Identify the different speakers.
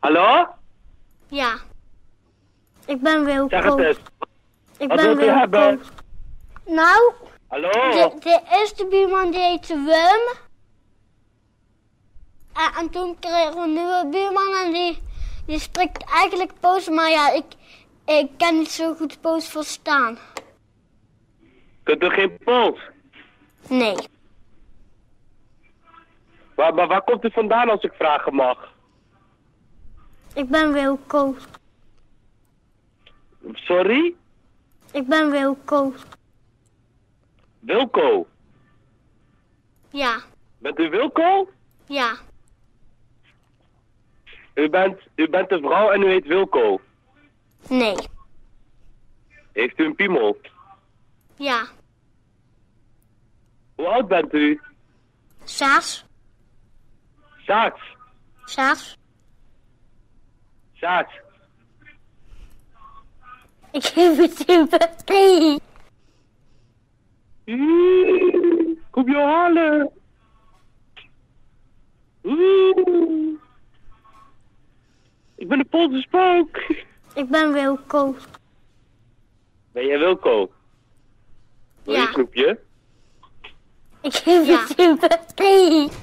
Speaker 1: Hallo?
Speaker 2: Ja. Ik ben
Speaker 1: Zeg het
Speaker 2: Wilco.
Speaker 1: eens.
Speaker 2: Oh, Ik
Speaker 1: Wat
Speaker 2: ben
Speaker 1: wilt u hebben? Oh.
Speaker 2: Wilco. Nou,
Speaker 1: Hallo?
Speaker 2: de, de eerste buurman die heette Wum. Eh, En, en toen kreeg we een nieuwe buurman en die, die spreekt eigenlijk Pools, maar ja, ik, ik kan niet zo goed Pools verstaan.
Speaker 1: Kunt u geen Pools?
Speaker 2: Nee.
Speaker 1: Waar, maar waar komt u vandaan als ik vragen mag?
Speaker 2: Ik ben Wilco.
Speaker 1: Sorry?
Speaker 2: Ik ben Wilco.
Speaker 1: Wilco.
Speaker 2: Ja,
Speaker 1: Bent u Wilco?
Speaker 2: ja,
Speaker 1: U bent, u bent een vrouw en u heet Wilco.
Speaker 2: nee,
Speaker 1: Heeft u een piemel?
Speaker 2: ja.
Speaker 1: Hoe oud bent u?
Speaker 2: Saas,
Speaker 1: Saats.
Speaker 2: Saas.
Speaker 1: Saats.
Speaker 2: Ik geef het even. Hey.
Speaker 1: Mm, Kom je halen. Mm. Ik ben een Poolse spook.
Speaker 2: Ik ben Wilco.
Speaker 1: Ben jij Wilco? Wil je
Speaker 2: Ja.
Speaker 1: een snoepje?
Speaker 2: Ik geef het even. Hey.